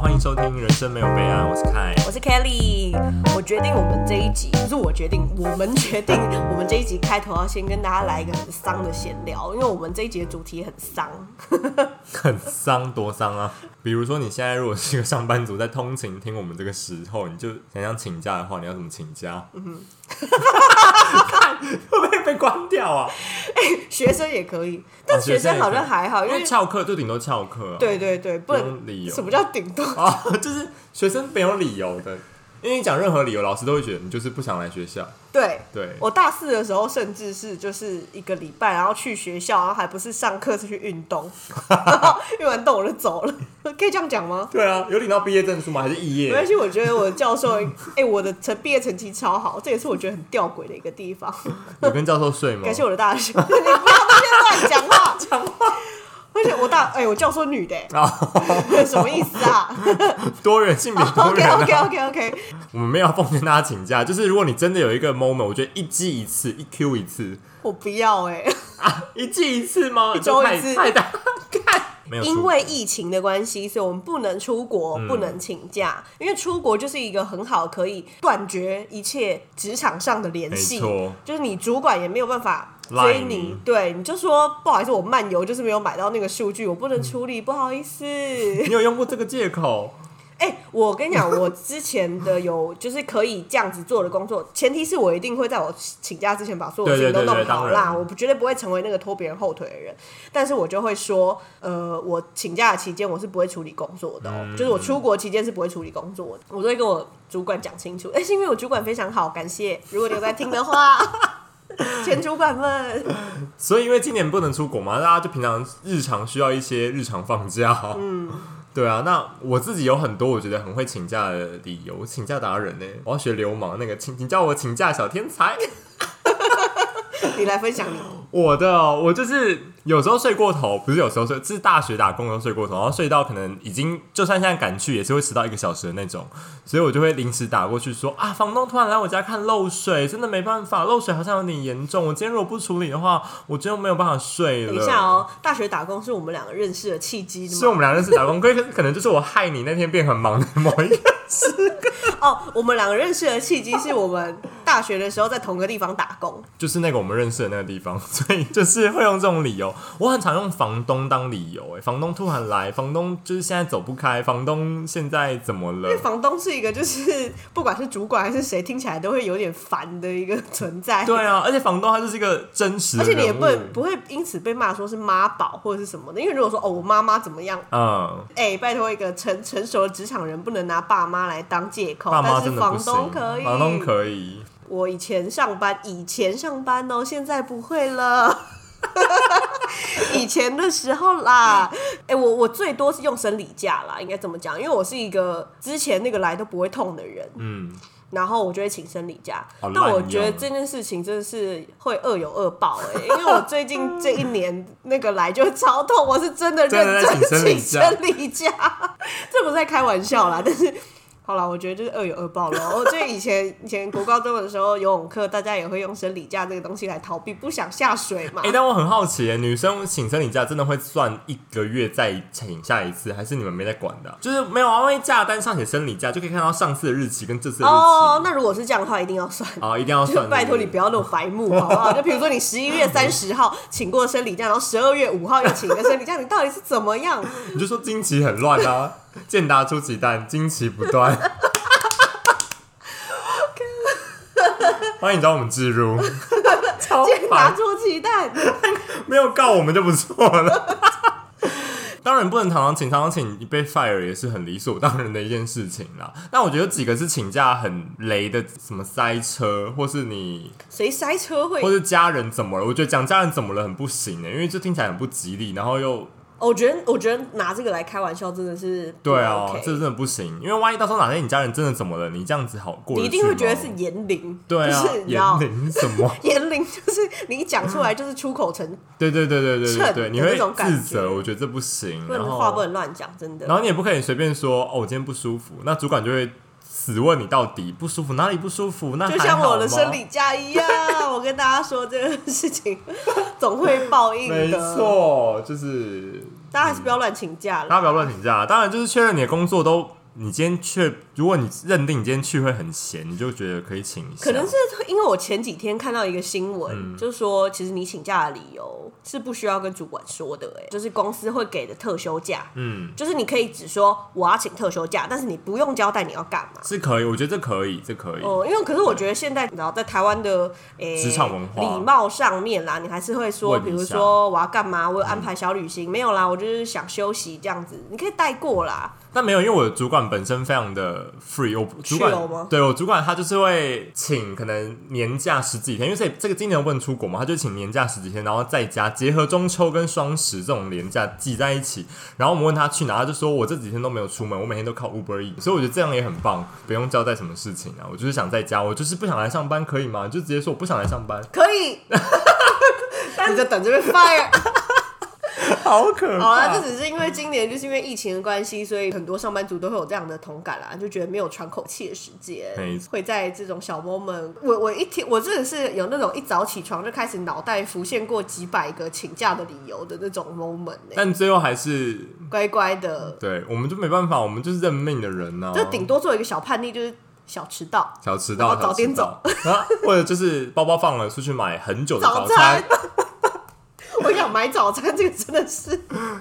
欢迎收听《人生没有备案》，我是凯。我是 Kelly，我决定我们这一集不是我决定，我们决定我们这一集开头要先跟大家来一个很丧的闲聊，因为我们这一集的主题很丧。 很伤，多伤啊！比如说，你现在如果是一个上班族，在通勤听我们这个时候，你就想想请假的话，你要怎么请假？ 嗯，会不会被关掉啊？学生也可以，但哦学生好像还好，因因为为翘课就顶多翘课、啊。对对对，不不用理能由什么叫顶 多？啊，就是学生没有理由的，因为你讲任何理由，老师都会觉得你就是不想来学校。对。对，我大四的时候，甚至是就是一个礼拜，然后去学校，然后还不是上课是去运 动， 然后运完动我就走了， 可以这样讲吗？对啊，有领到毕业证书吗？还是肄没关业？系，我觉得我的教授，哎、我的成毕业成绩超好，这也是我觉得很吊诡的一个地方。有跟教授睡吗感？谢我的大 学，你不要在这乱讲 话，讲话。而且我大，哎、我教授女的、哦欸， 什么意思啊多元性别多 ？OK 元、啊。 OK OK OK，我们没有奉劝大家请假，就是如果你真的有一个 moment，我觉得一季一次，一 Q 一次我不要哎、啊，一季一次吗？一周一次太大，没有出嗯因为疫情的关系，所以我们不能出国，不能请假，因为出国就是一个很好可以断绝一切职场上的联没系错，就是你主管也没有办法赖追你你，对，你就说不好意思，我漫游就是没有买到那个数据，我不能处理，不好意思。你有用过这个借口？哎、我跟你讲，我之前的有就是可以这样子做的工作，前提是我一定会在我请假之前把所有事情都对对对弄对好当啦，然我不绝对不会成为那个拖别人后腿的人。但是我就会说，呃，我请假的期间我是不会处理工作的、哦，嗯就是我出国期间是不会处理工作的，我都会跟我主管讲清楚。哎、是因为我主管非常好，感谢，如果你有在听 的话，前主管们。所以因为今年不能出国嘛，大家就平常日常需要一些日常放假。嗯，对啊。那我自己有很多我觉得很会请假的理由，我请假达人呢、我要学流氓那个，请请叫我请假小天才。你来分享你，我的哦我就是有时候睡过头，不是有时候睡，是大学打工的时候睡过头，然后睡到可能已经就算现在赶去也是会迟到一个小时的那种，所以我就会临时打过去说啊，房东突然来我家看漏水，真的没办法，漏水好像有点严重，我今天如果不处理的话，我今天没有办法睡了。等一下哦，大学打工是我们两个认识的契机的吗？是我们俩认识打工，可以可能就是我害你那天变很忙的某一个，哦，我们两个认识的契机是我们大学的时候在同个地方打工。就是那个我们认识的那个地方， 所以就是会用这种理由。我很常用房东当理由、哎，房东突然来，房东就是现在走不开，房东现在怎么了？ 房东是一个就是不管是主管还是谁，听起来都会有点烦的一个存在。对，啊啊，而且房东他就是一个真实的而且人物，你也不能不会因此被骂说是妈宝或者是什么的，因为如果说哦我妈妈怎么样，嗯，哎、拜托一个成成熟的职场人不能拿爸妈来当借口，爸妈哦但真的是房不行，东可以，房东可以。我以前上班，以前上班哦，现在不会了。 以前的时候啦，哎、我我最多是用生理假啦，应该这么讲，因为我是一个之前那个来都不会痛的人，嗯，然后我就会请生理假好。但我滥觉得用这件事情真的是会恶有恶报哎、因为我最近 这一年那个来就超痛，我是真的真的认在真请生理请假生理假，这不是在开玩笑啦，但是。好啦，我觉得就是恶有恶报咯。我就以前 以前国高中的时候，游泳课大家也会用生理假这个东西来逃避，不想下水嘛哎、。但我很好奇耶，女生请生理假真的会算一个月再请下一次，还是你们没在管的啊、就是没有啊，因为假单上写生理假，就可以看到上次的日期跟这次的日期。哦，那如果是这样的话，一定要 算。啊，一定要就算。拜托你对不要那么白目好不好？就比如说你十一月三十号请过生理假，然后十二月五号又请一个生理假，你到底是怎么 样？对，你就说惊奇很乱啊，健达出奇蛋，惊奇不断。欢迎找我们置入，超健达烦，出奇蛋，没有告我们就不错了。当然不能常常请，常常请你被 fire 也是很理所当然的一件事情啦。但我觉得有几个是请假很雷的，什么塞车，或是你谁塞车会或？是家人怎么了？我觉得讲家人怎么了很不行欸的、因为这听起来很不吉利，然后又哦我觉得，我觉得拿这个来开玩笑真的是不对啊 OK 这真的不行，因为万一到时候哪天你家人真的怎么了，你这样子好过你去一定会觉得吗是言灵，对啊就是，你知道 言。灵什么？ 言灵就是你一讲出来就是出口成，对对对对对对趁对，的你那会种感自觉责，我觉得这不行。不能然话不后，能乱讲，真的然。后你也不可以随便说哦，我今天不舒服，那主管就会死问你到底不舒服哪里不舒服，那就还像好我的吗生理假一样，我跟 大家说这个事情总会报应没的。错，就是大家还是不要乱请假了，大家不要乱请假。当然，就是确认你的工作都，你今天去，如果你认定你今天去会很闲，你就觉得可以请一下。可能是因为我前几天看到一个新嗯闻，就是说其实你请假的理由是不需要跟主管说的、哎，就是公司会给的特休假，嗯，就是你可以只说我要请特休假，但是你不用交代你要干嘛。是可以，我觉得这可以，这可以。嗯，因为可是我觉得现在你知道，在台湾的诶职场文化礼貌上面啦，你还是会说，问一比如下说我要干嘛，我有安排小旅行，没有啦，我就是想休息这样子，你可以带过啦。但没有，因为我的主管本身非常的 free，我主自由吗管对我主管他就是会请可能年假十几天，因为这这个今年我不能出国嘛，他就请年假十几天，然后在家结合中秋跟双十这种年假挤在一起，然后我们问他去哪，他就说我这几天都没有出门，我每天都靠 Uber E，所以我觉得这样也很棒，不用交代什么事情啊，我就是想在家，我就是不想来上班，可以吗？就直接说我不想来上班，可以， 你就等着被 fire。好可好啦，这只是因为今年就是因为疫情的关系，所以很多上班族都会有这样的同感啦，就觉得没有喘口气的时间没，错会在这种小 moment。我我一听，我真的是有那种一早起床就开始脑袋浮现过几百个请假的理由的那种 moment 呢、但最后还是乖乖的，对，我们就没办法，我们就是认命的人呢、啊，就顶多做一个小叛逆，就是小迟到。小迟然到，后早点小迟到 啊，或者就是包包放了出去买很久的早早 餐。啊我想买早餐，这个真的是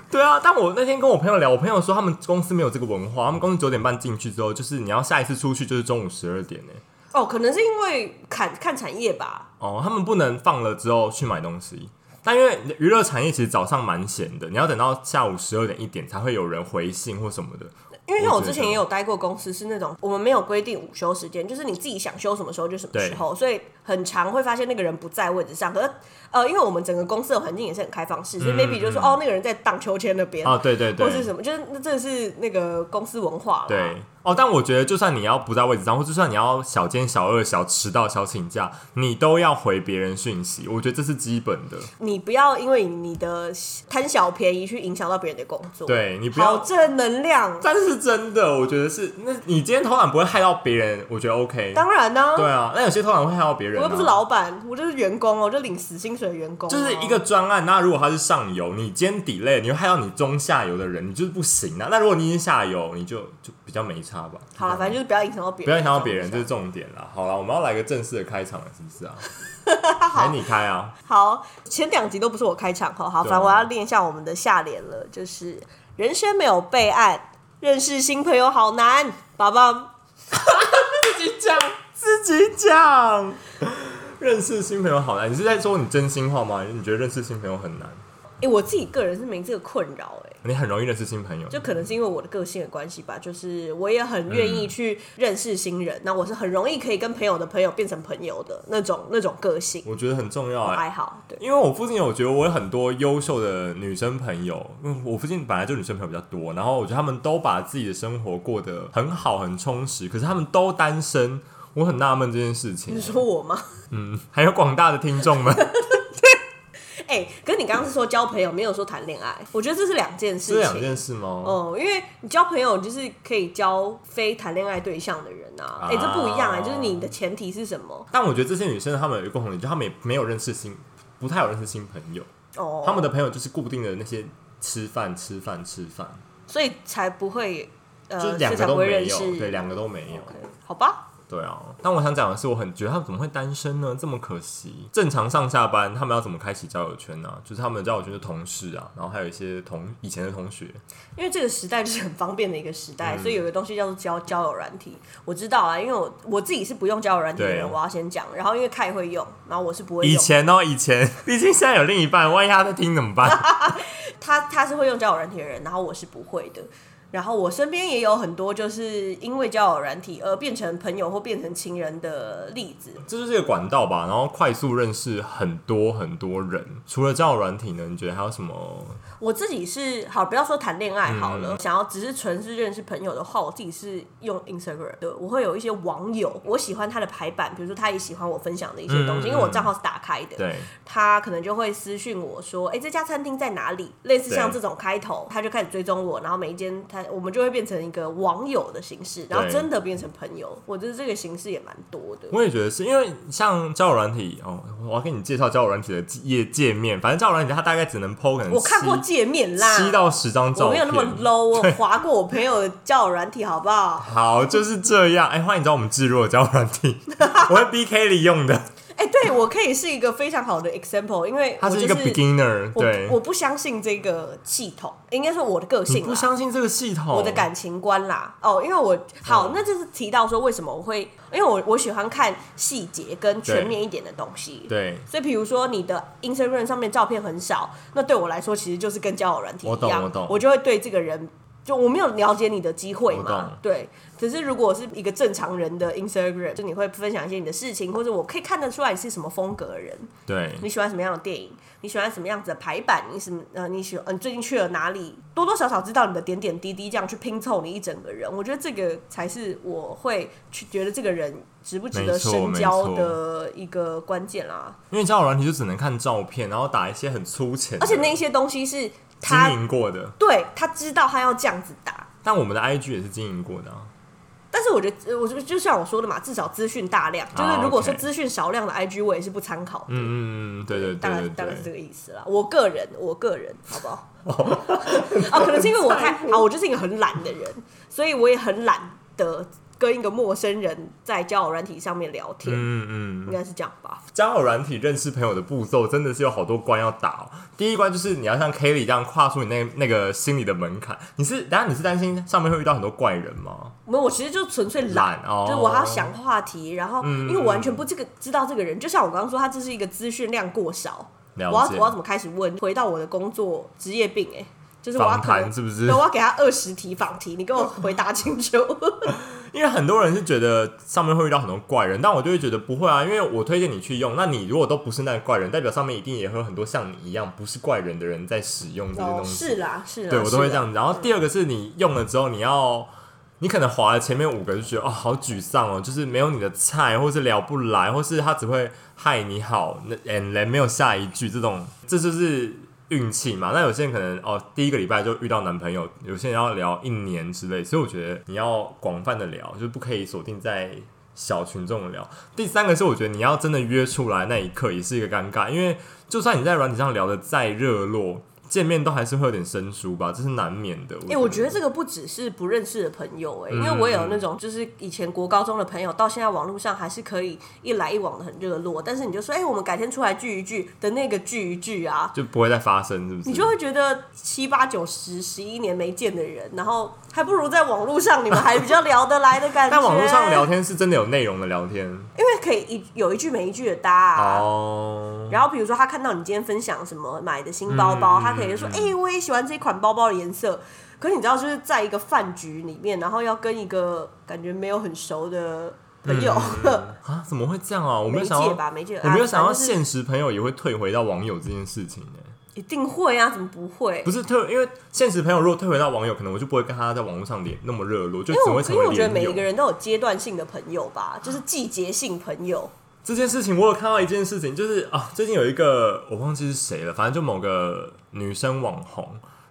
对啊，但我那天跟我朋友聊，我朋友说他们公司没有这个文化，他们公司九点半进去之后，就是你要下一次出去就是中午十二点欸呢、哦，可能是因为看看产业吧，哦，他们不能放了之后去买东西。但因为娱乐产业其实早上蛮闲的，你要等到下午十二点一点才会有人回信或什么的。因为像我我觉之得前也有待过公司，是那种我们没有规定午休时间，就是你自己想休什么时候就什么时候，所以很常会发现那个人不在位置上。可是呃，因为我们整个公司的环境也是很开放式，所以 maybe 就说、哦，那个人在荡秋千那边，啊，对对对，或是什么，啊就是那这是那个公司文化啦。对，哦，但我觉得就算你要不在位置上，或就算你要小奸小恶、小迟到、小请假，你都要回别人讯息，我觉得这是基本的。你不要因为你的贪小便宜去影响到别人的工作。，对你不好要，正能量，但是真的，我觉得是，那你今天偷懒不会害到别人，我觉得 OK。当然呢、对啊，那有些偷懒会害到别人、我啊。又不是老板，我就是员工哦，我就领死薪水的员工哦、就是一个专案，那如果它是上游，你今天 delay，你会害到你中下游的人，你就是不行啊。那如果你已经下游，你就就比较没差吧。好了，反正就是不要影响到别人，不要影响到别人，啊这是重点啦。好啦，我们要来个正式的开场了，是不是啊？ 好来你开啊。好，前两集都不是我开场哈，好，对啊反正我要练一下我们的下联了，就是人生没有备案，认识新朋友好难，爸爸自己讲，自己讲。认识新朋友好难，你是在说你真心话吗？你觉得认识新朋友很难？哎、我自己个人是没这个困扰哎、你很容易认识新朋友，就可能是因为我的个性的关系吧，就是我也很愿意去认识新嗯人，那我是很容易可以跟朋友的朋友变成朋友的那种那种个性，我觉得很重要哎、还好对。因为我附近有，我觉得我有很多优秀的女生朋友，嗯，我附近本来就女生朋友比较多，然后我觉得她们都把自己的生活过得很好、很充实，可是她们都单身，我很纳闷这件事情欸你。说我吗？嗯，还有广大的听众 们，哎、可是你刚刚是说交朋友，没有说谈恋爱，我觉得这是两件事这情。两件事吗？哦，因为你交朋友就是可以交非谈恋爱对象的人啊，啊哎、这不一样哎、就是你的前提是什么？但我觉得这些女生她们有一个共同点，就她们也没有认识新，不太有认识新朋友。哦，他们的朋友就是固定的那些吃饭、吃饭、吃饭，所以才不会呃，就是两所个以才都不会没认有，识，对，两个都没有 OK，，好吧，对啊。但我想讲的是，我很觉得他们怎么会单身呢？这么可惜。正常上下班，他们要怎么开启交友圈呢、就是他们的交友圈是同事啊，然后还有一些同以前的同学，因为这个时代就是很方便的一个时嗯代，所以有个东西叫做交交友软体，我知道啊，因为我我自己是不用交友软体的人，对我要先讲，然后因为凯会用，然后我是不会以用，前哦，以前， 毕竟现在有另一半，万一他在听怎么办？ 他他是会用交友软体的人，然后我是不会的。然后我身边也有很多就是因为交友软体而变成朋友或变成情人的例子，这就是一个管道吧，然后快速认识很多很多人。除了交友软体呢，你觉得还有什么？我自己是好，不要说谈恋爱好嗯了，想要只是纯是认识朋友的话，我自己是用 Instagram 的。我会有一些网友，我喜欢他的排版，比如说他也喜欢我分享的一些东西，嗯因为我账号是打开的，对，他可能就会私讯我说，哎、这家餐厅在哪里？类似像这种开头，他就开始追踪我，然后每一间他那我们就会变成一个网友的形式，然后对真的变成朋友。我觉得这个形式也蛮多的。我也觉得是因为像交友软体哦，我要跟你介绍交友软体的页界面。反正交友软体它大概只能 PO 可能我看过七界面啦，七到十张照我没有片，那么 low，我划过我朋友的交友软体，好不好？好，就是这样。哎、欢迎找我们置若交友软 体，我会 BK 里用的。哎、对我可以是一个非常好的 example，因为他我是就一个 beginner，我对，我不相信这个系统，应该说我的个你性啦不相信这个系统，我的感情观啦。哦，因为我嗯好，那就是提到说为什么我会，因为我我喜欢看细节跟全面一点的东西。对。所以，比如说你的 Instagram 上面照片很少，那对我来说其实就是跟交友软体我一懂样，我懂就会对这个人。就我没有了解你的机会我懂嘛？对，只是如果是一个正常人的 Instagram，就你会分享一些你的事情，或者我可以看得出来你是什么风格的人。对，你喜欢什么样的电影？你喜欢什么样子的排版？你什么呃，你喜欢、呃、你最近去了哪里？多多少少知道你的点点滴滴，这样去拼凑你一整个人。我觉得这个才是我会去觉得这个人值不值得没错深交没错的一个关键啦。因为交友软体就只能看照片，然后打一些很粗浅的，而且那一些东西是经他营过的。对他知道他要这样子打，但我们的 IG 也是经营过的、啊，但是我觉得，呃我就就像我说的嘛，至少资讯大量，就是哦如果说 OK 资讯少量的 IG，我也是不参考的。嗯嗯嗯，对对大概对大概对是这对，个意思啦。我个人，我个人，好不好？ 哦，可能是因为我太好，我就是一个很懒的人，所以我也很懒得跟一个陌生人在交友软体上面聊天，嗯嗯应嗯，该是这样吧？交友软体认识朋友的步骤真的是有好多关要打、哦。第一关就是你要像 Kelly 这样跨出你那那个心理的门槛。你是，当然你是担心上面会遇到很多怪人吗？没有，我其实就纯粹懒，懒哦就是我还要想话题，然后嗯因为我完全不这个知道这个人，就像我刚刚说，他这是一个资讯量过少，了我要解我要怎么开始问？回到我的工作职业病、欸，哎，就是我要访可谈能是不是对我要给他二十题访题，你给我回答清楚。因为很多人是觉得上面会遇到很多怪人，但我就会觉得不会啊，因为我推荐你去用，那你如果都不是那个怪人，代表上面一定也会有很多像你一样不是怪人的人在使用这些哦，东西。 是啦，是啦，对我都会是这啊嗯啦样子。然后第二个是你用了之后，你要你可能划了前面五个就觉得哦好沮丧哦，就是没有你的菜，或是聊不来，或是他只会嗨你好那 and then 没有下一句这种，这就是运气嘛。那有些人可能哦第一个礼拜就遇到男朋友，有些人要聊一年之类，所以我觉得你要广泛的聊，就不可以锁定在。小群众的聊，第三个是我觉得你要真的约出来那一刻也是一个尴尬，因为就算你在软体上聊的再热络，见面都还是会有点生疏吧，这是难免的。哎、我觉得这个不只是不认识的朋友、哎、嗯因为我有那种就是以前国高中的朋友，到现在网络上还是可以一来一往的很热络，但是你就说，哎、我们改天出来聚一聚的那个聚一聚啊，就不会再发生，是不是？你就会觉得七八九十十一年没见的人，然后还不如在网络上你们还比较聊得来的感觉。 但网络上聊，天是真的有内容的聊天因为可以一有一句没一句的搭、啊。哦。然后比如说他看到你今天分享什么买的新包包，他可以就嗯说：“哎、我也喜欢这款包包的颜色。”可是你知道，就是在一个饭局里面，然后要跟一个感觉没有很熟的朋友， 啊，怎么会这样啊？我没媒有想介到，吧，媒介，我没有想到啊反正就是现实朋友也会退回到网友这件事情呢、一定会啊，怎么不会不？是退，因为现实朋友如果退回到网友，可能我就不会跟他在网络上连那么热络，就因为只我会因成为为我觉得连每一个友。人都有阶段性的朋友吧，就是季节性朋友。这件事情我有看到一件事情，就是啊，最近有一个我忘记是谁了，反正就某个女生网红，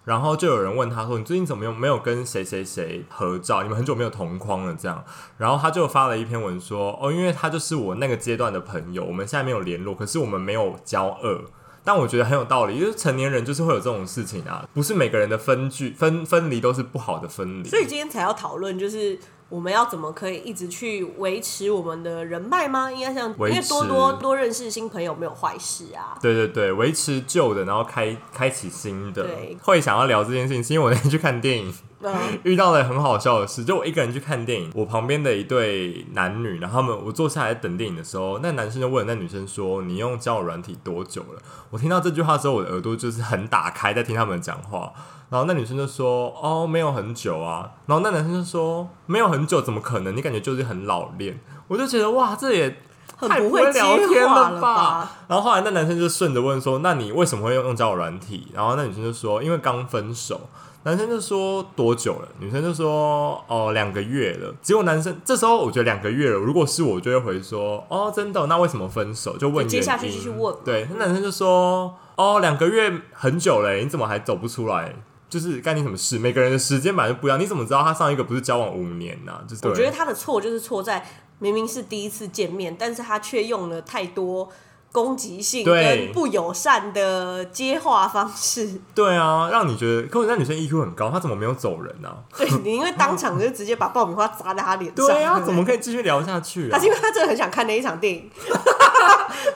然后就有人问她说：“你最近怎么有没有跟谁谁谁合照？你们很久没有同框了这样。”然后她就发了一篇文说：“哦，因为她就是我那个阶段的朋友，我们现在没有联络，可是我们没有交恶。”但我觉得很有道理，因为成年人就是会有这种事情啊，不是每个人的分居分分离都是不好的分离。所以今天才要讨论，就是我们要怎么可以一直去维持我们的人脉吗？应该像，因维为多持多多认识新朋友没有坏事啊。对对对，维持旧的，然后开开启新的对。会想要聊这件事情，是因为我那天去看电影， 嗯，遇到了很好笑的事，就我一个人去看电影，我旁边的一对男女，然后他们我坐下来等电影的时候，那男生就问那女生说：“你用交友软体多久了？”我听到这句话之后，我的耳朵就是很打开，在听他们讲话。然后那女生就说：“哦，没有很久啊。”然后那男生就说：“没有很久，怎么可能？你感觉就是很老练。”我就觉得哇，这也很太不会会接聊天话了吧？？然后后来那男生就顺着问说：“那你为什么会用用交友软体？”然后那女生就说：“因哦为刚分手。”男生就说多久了？女生就说哦两个月了。结果男生这时候我觉得两个月了，如果是我就会回说哦真的哦、那为什么分手？就问就接原下去因继续问对，那男生就说哦两个月很久嘞，你怎么还走不出来？就是干你什么事？每个人的时间本来就不一样，你怎么知道他上一个不是交往五年呢、就是我觉得对，他的错就是错在明明是第一次见面，但是他却用了太多攻击性对跟不友善的接话方 式。对啊，让你觉得，可我那女生 EQ 很高，她怎么没有走人呢、啊对你，因为当场就直接把爆米花砸在他脸上。 对啊，不怎么可以继续聊下去欸他啊是？因为他真的很想看那一场电影，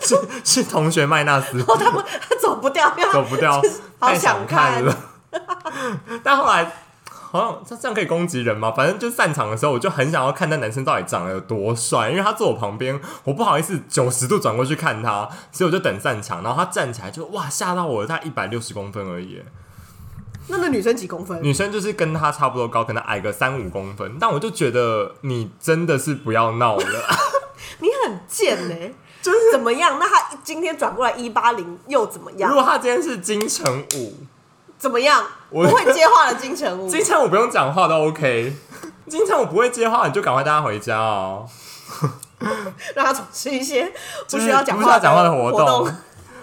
是是 同学麦纳斯哦然后他们他走不掉，因为他走不掉，好太想想看了。 但后来好像这这样可以攻击人吗？反正就散场的时候，我就很想要看那男生到底长得有多帅，因为他坐我旁边，我不好意思九十度转过去看他，所以我就等散场。然后他站起来就哇吓到我了，大概一百六十公分而已耶。那那女生几公分？女生就是跟他差不多高，可能矮个三五公分，但我就觉得你真的是不要闹 了。你很贱呢、 就是怎么样？那他今天转过来一八零又怎么如样？果他今天是金城武。怎么样？不我会接话的金城 武，金城武不用讲话都 OK，金城武不会接话，你就赶快带他回家哦。 让他从事一些不就是需要讲不需要话讲话的活活动。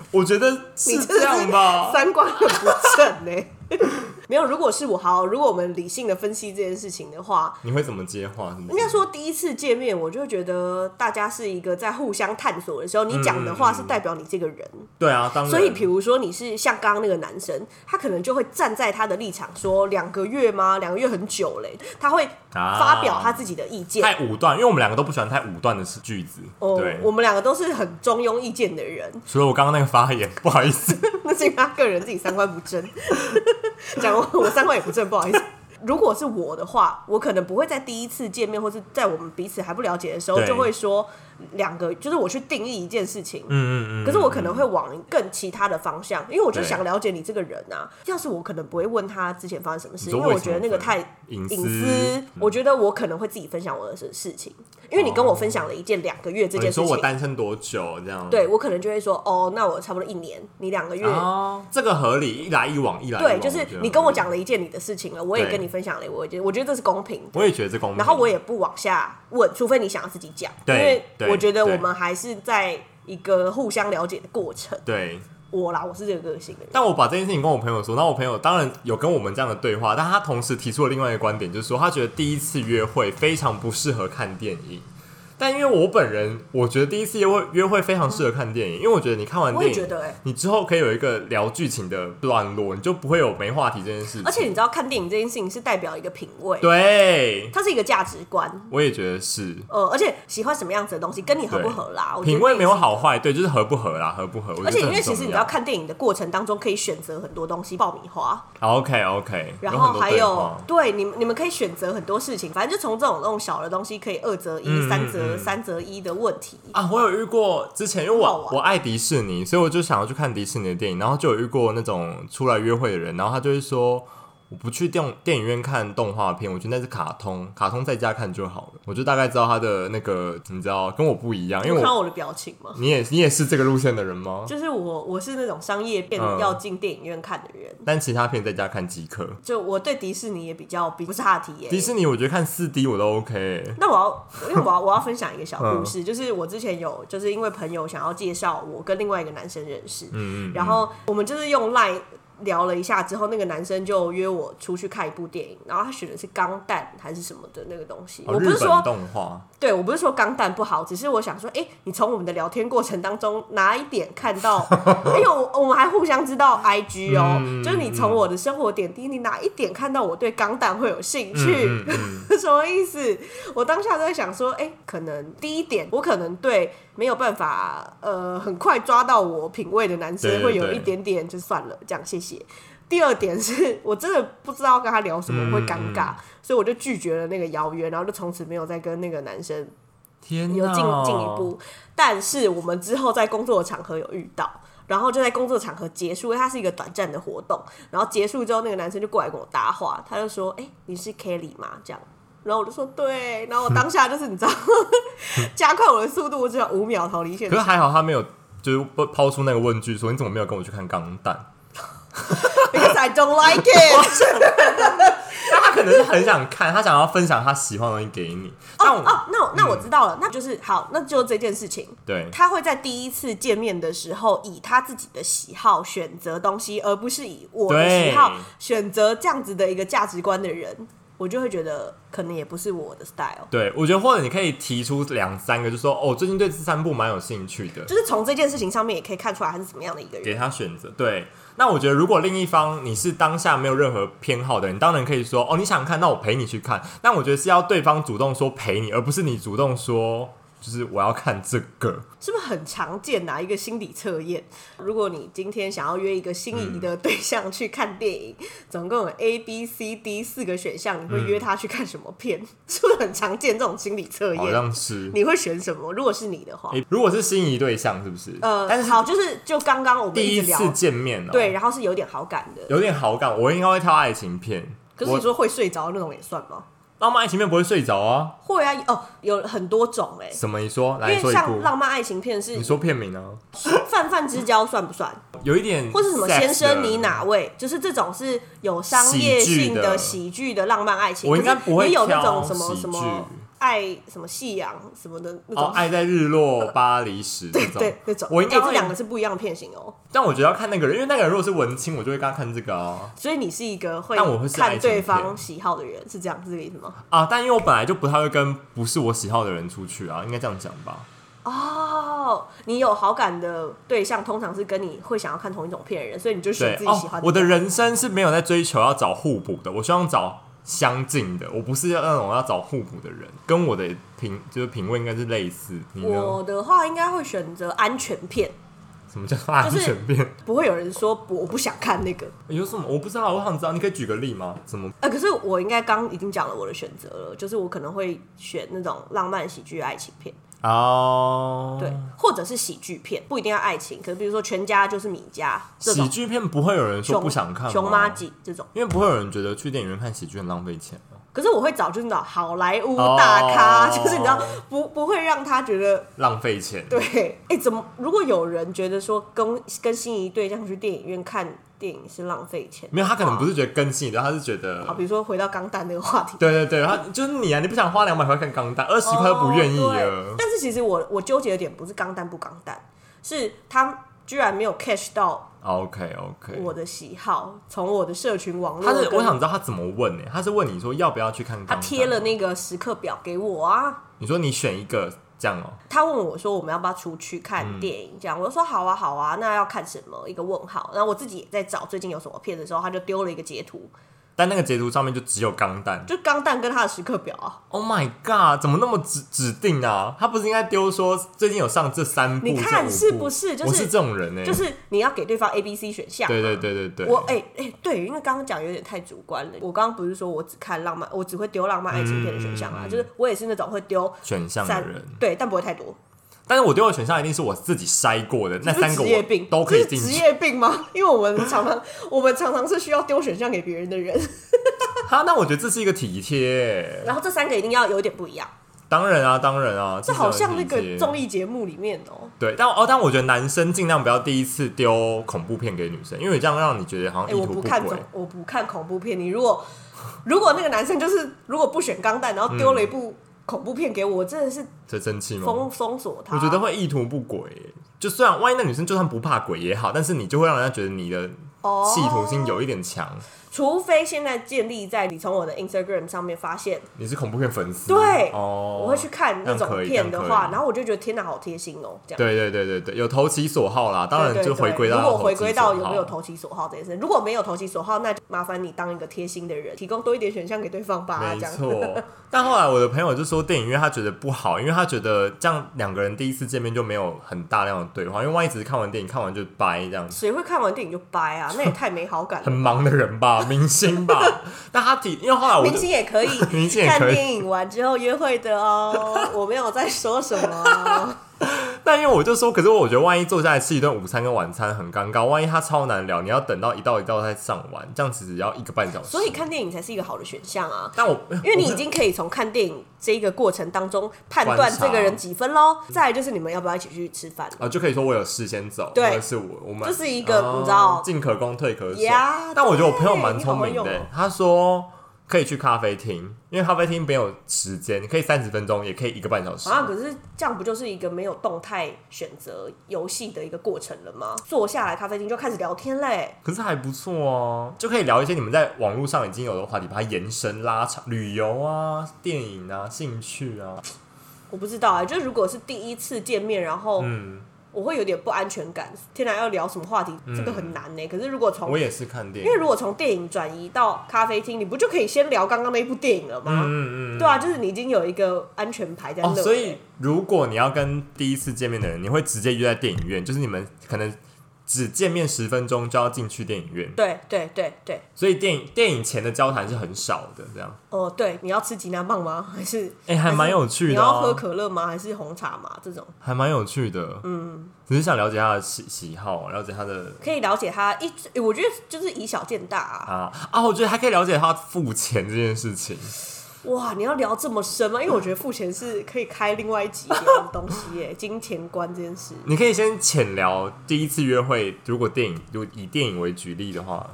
我觉得 你是真的这样吧。三观很不正呢、欸 没有，如果是我好，如果我们理性的分析这件事情的话，你会怎么接话？是不应是该说第一次见面，我就觉得大家是一个在互相探索的时候，你讲的话是代表你这个人。对啊，嗯当然。所以，比如说你是像刚刚那个男生，他可能就会站在他的立场说两个月吗？两个月很久嘞、他会发表他自己的意见。啊太武断，因为我们两个都不喜欢太武断的句子。哦对，，我们两个都是很中庸意见的人，除了我刚刚那个发言， 不好意 思，那是因为他个人自己三观不正，讲我我三观也不正，不好意思。如果是我的话，我可能不会在第一次见面，或是在我们彼此还不了解的时候，对就会说两个，就是我去定义一件事情。嗯嗯嗯。可是我可能会往更其他的方向，因为我就对想了解你这个人啊。要是我可能不会问他之前发生什么事，你因说为我为什觉么得那个太隐隐私嗯。我觉得我可能会自己分享我的事事情，因为你跟我分享了一件两个月这哦你件事说情，我单身多久这样？对我可能就会说哦，那我差不多一年，你两个月，哦，这个合理，一来一往，一来一往对，啊就是觉得你跟我讲了一件你的事情了，我也对跟你分享了，我觉得我觉得这是公平。我也觉得这公平。然后我也不往下问，除非你想要自己讲，因对为对我觉得对我们还是在一个互相了解的过程。对，我啦，我是这个个性的人，但我把这件事情跟我朋友说，那我朋友当然有跟我们这样的对话，但他同时提出了另外一个观点，就是说他觉得第一次约会非常不适合看电影。但因为我本人，我觉得第一次约会约会非常适合看电影，因为我觉得你看完我也电觉影，得哎、欸你之后可以有一个聊剧情的段落，你就不会有没话题这件事情。而且你知道，看电影这件事情是代表一个品味，对，它是一个价值观。我也觉得是呃，而且喜欢什么样子的东西，跟你合不合啦？我觉得品味没有也是。好坏，对，就是合不合啦，合不合。我觉而得且这因很为其实重你知道，看电影的过程当中可以选择很多东西，爆米花， ，OK OK，然后还有有对你们你们可以选择很多事情，反正就从这种那种小的东西可以二择一、嗯三择嗯三择一的问题。啊，我有遇过之前，因为好我玩我爱迪士尼，所以我就想要去看迪士尼的电影，然后就有遇过那种出来约会的人，然后他就会说。我不去电电影院看动画片，我觉得那是卡通，卡通在家看就好了。我就大概知道他的那个，你知道，跟我不一样，因你为看到我我的表情吗？你也你也是这个路线的人吗？就是我我是那种商业片嗯要进电影院看的人，但其他片在家看即可。就我对迪士尼也比较比不是他的体验。迪士尼我觉得看四 D 我都 OK，欸那我要，因为我要我要分享一个小嗯故事，就是我之前有，就是因为朋友想要介绍我跟另外一个男生认识，嗯嗯，然后我们就是用 Line 聊了一下之后，那个男生就约我出去看一部电影，然后他选的是《钢弹》还是什么的那个东西，哦我不日是本说，动画，对我不是说《钢弹》不好，只是我想说，哎、你从我们的聊天过程当中哪一点看 到，因为我我们还互相知道 IG 哦，嗯就是你从我的生活点滴，你哪一点看到我对《钢弹》会有兴趣？嗯嗯 什么意思？我当下都在想说，哎、可能第一点，我可能对没有办法呃很快抓到我品味的男对生对会有对一点点就算了，这样谢谢。第二点是我真的不知道跟他聊什么嗯会尴尬，所以我就拒绝了那个邀约，然后就从此没有再跟那个男生天有哪进进一步。但是我们之后在工作的场合有遇到，然后就在工作场合结束，因为它是一个短暂的活动。然后结束之后，那个男生就过来跟我搭话，他就说：“哎、你是 Kelly 吗？”这样。然后我就说对，然后我当下就是你知道， 加快我的速度，我只有五秒逃离现可 场是。还好他没有就是抛抛出那个问句说你怎么没有跟我去看钢弹？ Because I don't like it，但他可能是很想看，他想要分享他喜欢的东西给你。但我、哦哦，那我那我知道了，那就是好，那就这件事情，对他会在第一次见面的时候，以他自己的喜好选择东西，而不是以我的喜好对选择这样子的一个价值观的人，我就会觉得可能也不是我的 style。对，我觉得或者你可以提出两三个，就说哦，我最近对这三部蛮有兴趣的，就是从这件事情上面也可以看出来他是怎么样的一个给人。他选择。对，那我觉得如果另一方你是当下没有任何偏好的人，当然可以说哦，你想看，那我陪你去看。但我觉得是要对方主动说陪你，而不是你主动说就是我要看这个。是不是很常见啊？一个心理测验，如果你今天想要约一个心仪的对象去看电影，总共有 A、B、C、D 四个选项，你会嗯约他去看什么片？ 是不是很常见这种心理测好验？像是，你会选什么？如果是你的话，诶如果是心仪对象，是不是？呃，但是好，就是就刚刚我们第一一直聊次见面哦、对，，然后是有点好感的。有点好感，我应该会挑爱情片。可是我你说会睡着那种也算吗？浪漫爱情片不会睡着啊？会啊，哦，有很多种哎、什么？你说来因说为一像部，浪漫爱情片是你说片名呢、泛泛之交算不算？有一点或是什么 sex 先生的你？哪位，就是这种是有商业性的喜剧的浪漫爱情，我应该不会可是也有那挑种什么喜什么剧爱什么夕阳什么的那哦，种，爱在日落巴黎时这对种，对那种，我应该哎这会两个是不一样的片型哦。但我觉得要看那个人，因为那个人如果是文青，我就会跟他看这个啊所以你是一个会但我会是爱看情对片方喜好的人，是这样是这个意思吗？啊！但因为我本来就不太会跟不是我喜好的人出去啊，应该这样讲吧？哦，你有好感的对象，通常是跟你会想要看同一种片的人，所以你就选对自己喜哦欢，我的人生是没有在追求要找互补的，我希望找相近的，我不是要那种要找互补的人，跟我的品就是品味应该是类似。你呢？我的话应该会选择安全片，什么叫安就是全片？不会有人说不我不想看那个。有什么我不知道，我想知道，你可以举个例吗？怎么？呃，可是我应该刚已经讲了我的选择了，就是我可能会选那种浪漫喜剧爱情片，哦，对，或者是喜剧片，不一定要爱情，可能比如说全家就是米家这喜种，剧片不会有人说熊不想看吗熊妈几这种。因为不会有人觉得去电影院看喜剧很浪费钱吗可是我会找就是那种好莱坞大咖， 哦就是你知道不不会让他觉得浪费钱。对，哎、怎么如果有人觉得说跟跟心仪对象去电影院看电影是浪费钱的话，没有他可能不是觉得更新的，他是觉得好，比如说回到钢弹那个话题，对对对，他就是你啊，你不想花两百块看钢弹，二十块都不愿意啊哦对了。但是其实我我纠结的点不是钢弹不钢弹，是他居然没有 catch 到 OK OK，哦我的喜好，从我的社群网络他跟，是我想知道他怎么问欸呢、他是问你说要不要去看钢他弹？贴了那个时刻表给我啊。你说你选一个这样哦、他问我说：“我们要不要出去嗯看电影？”这样，我就说：“好啊，好啊。”那要看什么？一个问号。然后我自己也在找最近有什么片的时候，他就丢了一个截图，但那个截图上面就只有钢弹。就钢弹跟他的时刻表啊。 Oh my god，怎么那么指指定啊？他不是应该丢说最近有上这三部？你看这五部是不是就是我是这种人呢、欸就是你要给对方 A、B、C 选项嗯嘛，啊对对对对对，我哎哎、对，因为刚刚讲有点太主观了。我刚刚不是说我只看浪漫，我只会丢浪漫爱情片的选项嗯啊，就是我也是那种会丢选项的三人，对，但不会太多。但是我丢的选项一定是我自己筛过的，那这三是个职业病我，都可以这进是职去。业病吗？ 因为我们常常我们常常是需要丢选项给别人的人，哈，那我觉得这是一个体贴。然后这三个一定要有点不一样。当然啊，当然啊，这是好像那一体个贴综艺节目里面哦、对，但哦，但我觉得男生尽量不要第一次丢恐怖片给女生，因为这样让你觉得好哎、像意我图不看轨总。我不看恐怖片。你如果 如果那个男生就是如果不选钢嗯弹，然后丢了一部恐怖片给我，我真的是这生气吗？封封锁他。我觉得会意图不轨。就虽然万一那女生就算不怕鬼也好，但是你就会让人家觉得你的哦企图心有一点强，除非现在建立在你从我的 Instagram 上面发现，你是恐怖片粉丝。对哦，我会去看那这样种可以片这的样话，可以然后我就觉得天哪，好贴心哦，这样。对对对对对，有投其所好啦，当然对对就对回归到如果回归到投其有所好没有投其所好这件事，如果没有投其所好，那就麻烦你当一个贴心的人，提供多一点选项给对方吧，没啊这样。错，但后来我的朋友就说电影院他觉得不好，因为他觉得这样两个人第一次见面就没有很大量的对话，因为万一只是看完电影看完就掰这样子，谁会看完电影就掰啊？那也太没好感很了。忙的人吧，明星吧。 但他提，因为后来我明就星也可以 明星也看可以电影完之后约会 的哦，我没有在说什么。啊但因为我就说，可是我觉得万一坐下来吃一顿午餐跟晚餐很尴尬，万一他超难聊，你要等到一道一道再上完，这样其实要一个半小时。所以，看电影才是一个好的选项啊。但我因为你已经可以从看电影这一个过程当中判断观察这个人几分喽。嗯再来就是你们要不要一起去吃饭啊、就可以说我有事先走，对或者是我我们这是一个哦你知道进可攻退可守。呀但我觉得我朋友对蛮你聪好会明用的、哦他说可以去咖啡厅，因为咖啡厅没有时间，可以三十分钟，也可以一个半小时。啊，可是这样不就是一个没有动态选择游戏的一个过程了吗？坐下来咖啡厅就开始聊天嘞，可是还不错哦、就可以聊一些你们在网络上已经有的话题，把它延伸拉长，旅游啊、电影啊、兴趣啊，我不知道哎、就是如果是第一次见面，然后嗯，我会有点不安全感。天哪，要聊什么话题？这个很难呢、可是如果从我也是看电因影为，如果从电影转移到咖啡厅，你不就可以先聊刚刚那一部电影了吗？嗯嗯嗯，对啊，就是你已经有一个安全牌在那、哦，所以如果你要跟第一次见面的人，你会直接约在电影院，就是你们可能只见面十分钟就要进去电影院，对对对对，所以电影电影前的交谈是很少的，这样，哦、对，你要吃吉拿棒吗？ 还是哎、还蛮有趣你的、要喝啊，可乐吗？还是红茶吗？这种还蛮有趣的，嗯，只是想了解他的喜喜好，了解他的。可以了解他一，诶我觉得就是以小见大啊。啊啊！我觉得还可以了解他付钱这件事情，哇，你要聊这么深吗？因为我觉得付钱是可以开另外一集聊的东西耶，金钱观这件事。你可以先浅聊第一次约会。如果电影，如果以电影为举例的话，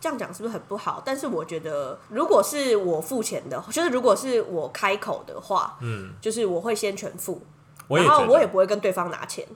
这样讲是不是很不好？但是我觉得，如果是我付钱的，就是如果是我开口的话，嗯，就是我会先全付，我也然后觉我也得不会跟对方拿钱。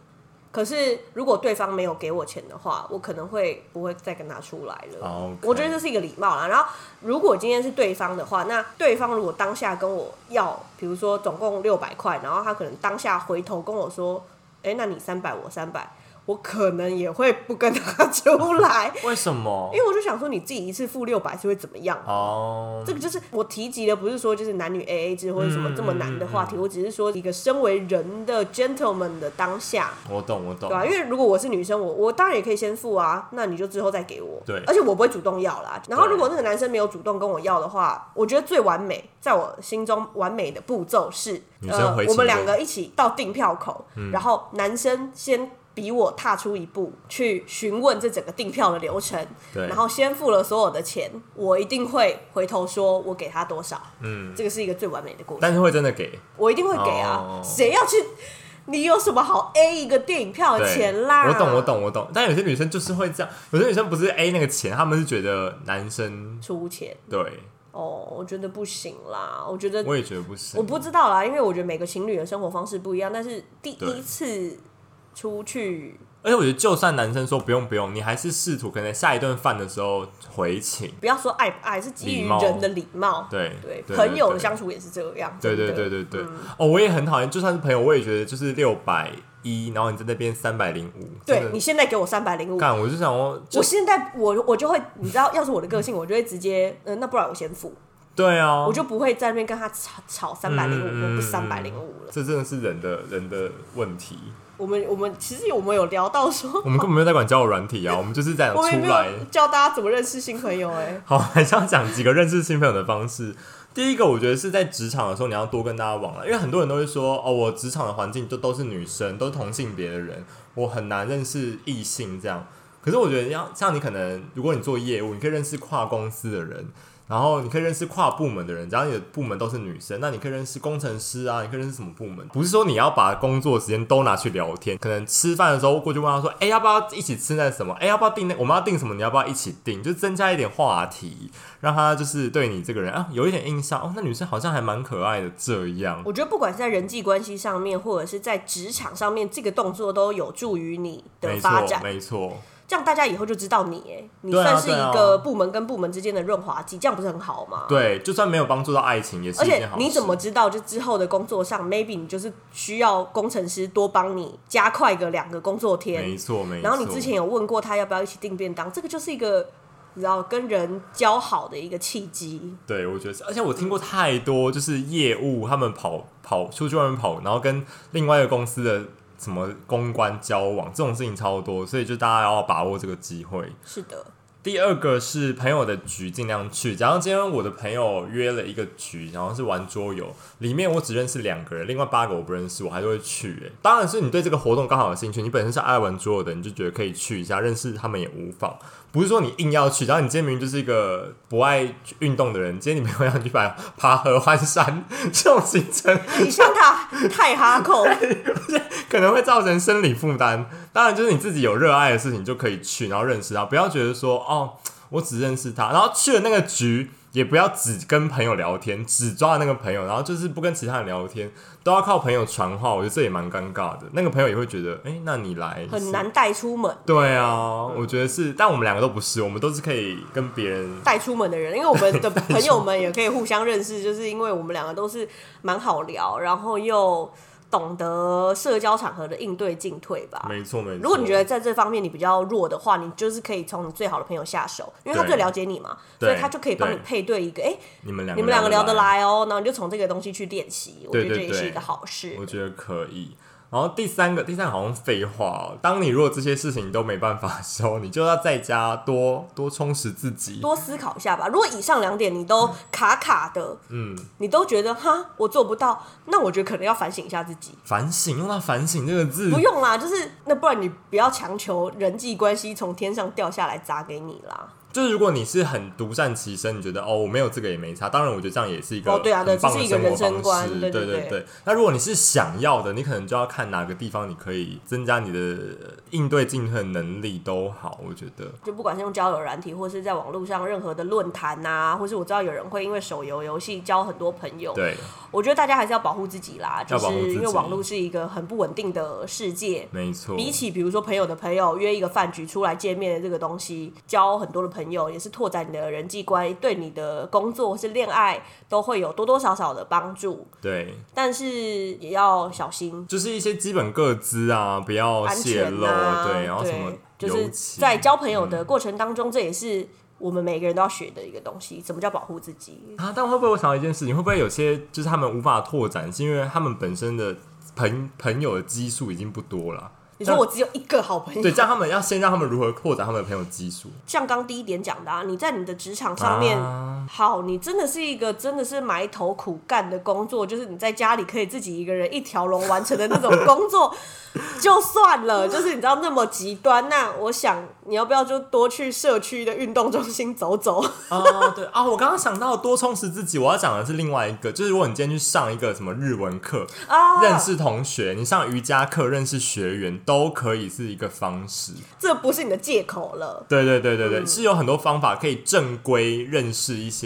可是如果对方没有给我钱的话，我可能会不会再跟他出来了。哦，OK 我觉得这是一个礼貌啦。然后如果今天是对方的话，那对方如果当下跟我要，比如说总共六百块，然后他可能当下回头跟我说：“哎、那你三百，我三百。”我可能也会不跟他出 来，为什么因？为我就想说，你自己一次付六百是会怎么样？哦，这个就是我提及的，不是说就是男女 AA 制或者什么嗯这么难的话题，我只是说一个身为人的 gentleman 的当下，我懂，我懂对吧、。啊因为如果我是女生，我我当然也可以先付啊，那你就之后再给我。对而且我不会主动要啦。然后对如果那个男生没有主动跟我要的话，我觉得最完美，在我心中完美的步骤是，女生呃回，嗯我请们两个一起到订票口，然后男生先。比我踏出一步去询问这整个订票的流程，对然后先付了所有的钱，我一定会回头说我给他多少，嗯，这个是一个最完美的过程，但是会真的给，我一定会给啊哦，谁、要去？你有什么好 A 一个电影票的对，哦钱啦？我懂，我，懂，我懂。但有些女生就是会这样，有些女生不是 A 那个钱，她们是觉得男生出钱对，哦，我觉得不行啦，我觉得我也觉得不行。我不知道啦，因为我觉得每个情侣的生活方式不一样，但是第一对次出去而且我觉得，就算男生说不用不用，你还是试图可能下一顿饭的时候回请。不要说爱不爱，是基于礼貌人的礼貌，对对，对朋友的对相处也嗯是这样，对对真的对对对，哦，我也很讨厌，就算是朋友，我也觉得就是六百一，然后你在那边三百零五，真对的你现在给我三百零五，干，我就想说，就我现在我我就会，你知道，要是我的个性，我就会直接，嗯、那不然我先付，对啊，我就不会在那边跟他吵吵三百零五，嗯我不三百零五了。这真的是人的人的问题。我们我们其实我们有聊 到说，我们根本没有在管交友软体啊，我们就是在讲我们也出没来。有教大家怎么认识新朋友、哎，好，还是要讲几个认识新朋友的方式。第一个，我觉得是在职场的时候，你要多跟大家往来，因为很多人都会说，哦，我职场的环境就都是女生，都是同性别的人，我很难认识异性这样。可是我觉得要像你可能，如果你做业务，你可以认识跨公司的人，然后你可以认识跨部门的人，只要你的部门都是女生，那你可以认识工程师啊，你可以认识什么部门？不是说你要把工作时间都拿去聊天，可能吃饭的时候过去问他说，哎、要不要一起吃那什么？哎、要不要订那？我们要订什么？你要不要一起订？就增加一点话题，让他就是对你这个人啊有一点印象哦，那女生好像还蛮可爱的这样。我觉得不管是在人际关系上面，或者是在职场上面，这个动作都有助于你的没发错，展。没错，这样大家以后就知道你、哎，你对啊算是对啊一个部门跟部门之间的润滑剂，这样不是很好吗？对，就算没有帮助到爱情，也是而一件且好事。你怎么知道？就之后的工作上，maybe 你就是需要工程师多帮你加快个两个工作没天。错，没错。然后你之前有问过他要不要一起订便当，这个就是一个你知道跟人交好的一个契机。对，我觉得是，而且我听过太多，就是业务他们跑跑出去外面跑，然后跟另外一个公司的什么公关交往，这种事情超多，所以就大家要把握这个机会。是的，第二个是朋友的局，尽量去。假如今天我的朋友约了一个局，然后是玩桌游，里面我只认识两个人，另外八个我不认识，我还是会去、欸。当然是你对这个活动刚好有兴趣，你本身是爱玩桌游的，你就觉得可以去一下，认识他们也无妨。不是说你硬要去，然后你今天明明就是一个不爱运动的人，今天你朋友要你去 爬爬合欢山， 这种行程你像他太哈扣，可能会造成生理负担。当然，就是你自己有热爱的事情就可以去，然后认识他，不要觉得说哦，我只认识他，然后去了那个局，也不要只跟朋友聊天，只抓那个朋友，然后就是不跟其他人聊天，都要靠朋友传话，我觉得这也蛮尴尬的。那个朋友也会觉得，哎、那你来很难带出门。对啊，我觉得是，但我们两个都不是，我们都是可以跟别人带出门的人，因为我们的朋友们也可以互相认识，就是因为我们两个都是蛮好聊，然后又懂得社交场合的应对进退吧。没错没错。如果你觉得在这方面你比较弱的话，你就是可以从你最好的朋友下手，因为他对最了解你嘛，对所以他就可以帮你对配对一个，哎、你们两个你们两个聊得来。来哦，然后你就从这个东西去练习，我觉对得这也对对是一个好事我。觉得可以。然后第三个，第三个好像废话哦。当你如果这些事情都没办法的时候，你就要在家多多充实自己。多思考一下吧。如果以上两点你都卡卡的，嗯，你都觉得哈我做不到，那我觉得可能要反省一下自己。反省，用到“反省”这个字不，用啦，就是那不然你不要强求人际关系从天上掉下来砸给你啦。就是如果你是很独善其身，你觉得哦我没有这个也没差。当然，我觉得这样也是一个哦对啊对很棒这的是一生活个人生方观式。对对对对对那如果你是想要的，你可能就要看哪个地方你可以增加你的呃应对进退的能力都好。我觉得就不管是用交友软体，或是在网络上任何的论坛呐，或是我知道有人会因为手游游戏交很多朋友，对，我觉得大家还是要保护自己啦，就要保护自是己因为网络是一个很不稳定的世界。没错。比起比如说朋友的朋友约一个饭局出来见面的这个东西，交很多的朋友也是拓展你的人际关系，对你的工作或是恋爱都会有多多少少的帮助，对，但是也要小心，就是一些基本个资啊，不要安泄全露，啊，对，然后什么嗯就尤是其在交朋友的过程当中，这也是我们每个人都要学的一个东西，什么叫保护自己？啊，但会不会我想到一件事情，会不会有些就是他们无法拓展，是因为他们本身的朋朋友的基数已经不多了？你这说样我只有一个好朋对，友，这样他们要先让他们如何扩展他们的朋友基数像刚第一点讲的啊，你在你的职场上面。啊好，你真的是一个真的是埋头苦干的工作，就是你在家里可以自己一个人一条龙完成的那种工作，就算了。就是你知道那么极端，那我想你要不要就多去社区的运动中心走走？ 啊，对啊，我刚刚想到多充实自己，我要讲的是另外一个，就是如果你今天去上一个什么日文课，啊认识同学，你上瑜伽课认识学员，都可以是一个方式。这不是你的借口了。对对对对对，嗯是有很多方法可以正规认识一些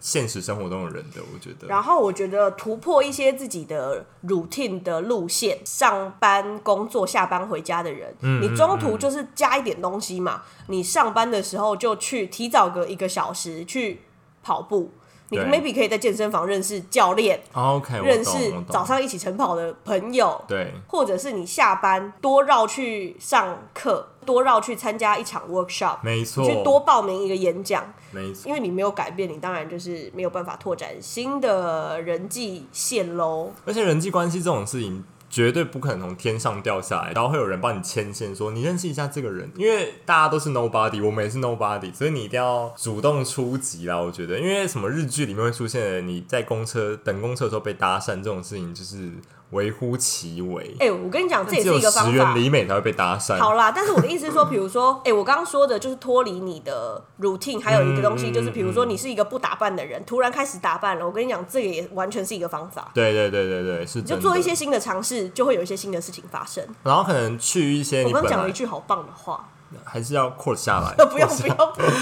现实生活中的人的，我觉得。然后我觉得突破一些自己的 routine 的路线，上班、工作、下班回家的人，嗯你中途就是加一点东西嘛。你上班的时候就去提早个一个小时去跑步，你对 maybe 可以在健身房认识教练，啊 OK，我认懂识我懂早上一起晨跑的朋友，对或者是你下班多绕去上课，多绕去参加一场 workshop，没错，去多报名一个演讲，没错。因为你没有改变，你当然就是没有办法拓展新的人际线喽。而且人际关系这种事情。绝对不可能从天上掉下来，然后会有人帮你牵线说你认识一下这个人，因为大家都是 nobody，我们也是 nobody，所以你一定要主动出击啦。我觉得，因为什么日剧里面会出现的你在公车等公车的时候被搭讪这种事情，就是微乎其微。哎、我跟你讲，这只也是有一个石方原法。里美才会被搭讪。好啦，但是我的意思是说，比如说，哎、我刚刚说的就是脱离你的 routine，还有一个东嗯西就是，比如说你是一个不打扮的人，突然开始打扮了，我跟你讲，这个也完全是一个方法。对对对对对，是你哎真就的。做一些，新的尝试，就会有一些新的事情发生。然后可能去一些我哎你刚本刚讲了来一句好棒 的话，，还是要扩下来 不用不用，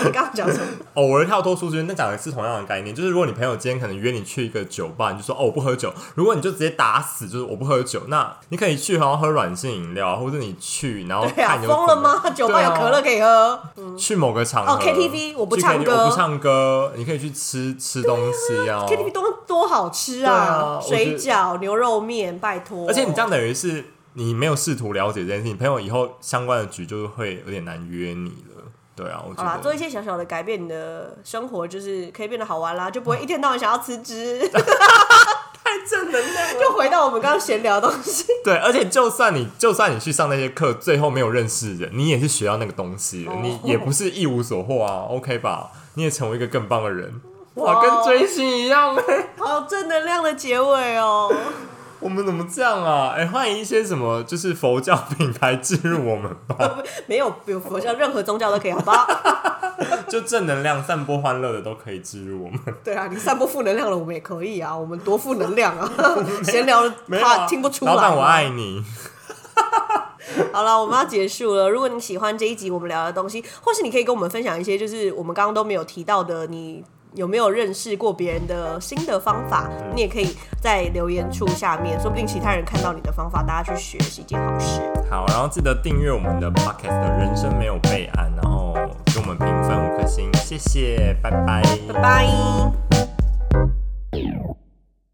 你刚刚讲什么？偶尔跳脱出去，那讲的是同样的概念，就是如果你朋友今天可能约你去一个酒吧，你就说哦我不喝酒，如果你就直接打死就是我不喝酒，那你可以去然后喝软性饮料，或者你去然后对啊看，你会疯了怎么样吗？酒吧有可乐可以喝。去某个场合哦，KTV 我不去唱 KTV 歌我不唱歌，你可以去吃吃东西啊 KTV 多多好吃对啊哦啊，我觉得水饺、牛肉面，拜托。而且你这样等于是你没有试图了解这件事情，朋友以后相关的局就是会有点难约你了。对啊，我觉好啦，做得一些小小的改变，你的生活就是可以变得好玩啦，就不会一天到晚想要辞 职。太正能量了。就回到我们刚刚闲聊的东西，对，而且就算你就算你去上那些课，最后没有认识人，你也是学到那个东西了，哦你也不是一无所获啊，OK 吧？你也成为一个更棒的人，哇，哦哇跟追星一样哎、 好正能量的结尾哦。我们怎么这样啊？哎、欢迎一些什么就是佛教品牌置入我们吧，没有，比如佛教任何宗教都可以，好不好？ 就正能量、散播欢乐的都可以置入我们。 对啊，你散播负能量了，我们也可以啊，我们多负能量 啊！闲聊的没有、怕啊，听不出来。老板我爱你，好了，我们要结束了。如果你喜欢这一集我们聊的东西，或是你可以跟我们分享一些就是我们刚刚都没有提到的你有没有认识过别人的新的方法，你也可以在留言处下面，说不定其他人看到你的方法，大家去学是一件好事。好，然后记得订阅我们的 podcast 的人生没有备案，然后给我们评分五颗星，谢谢，拜拜拜拜。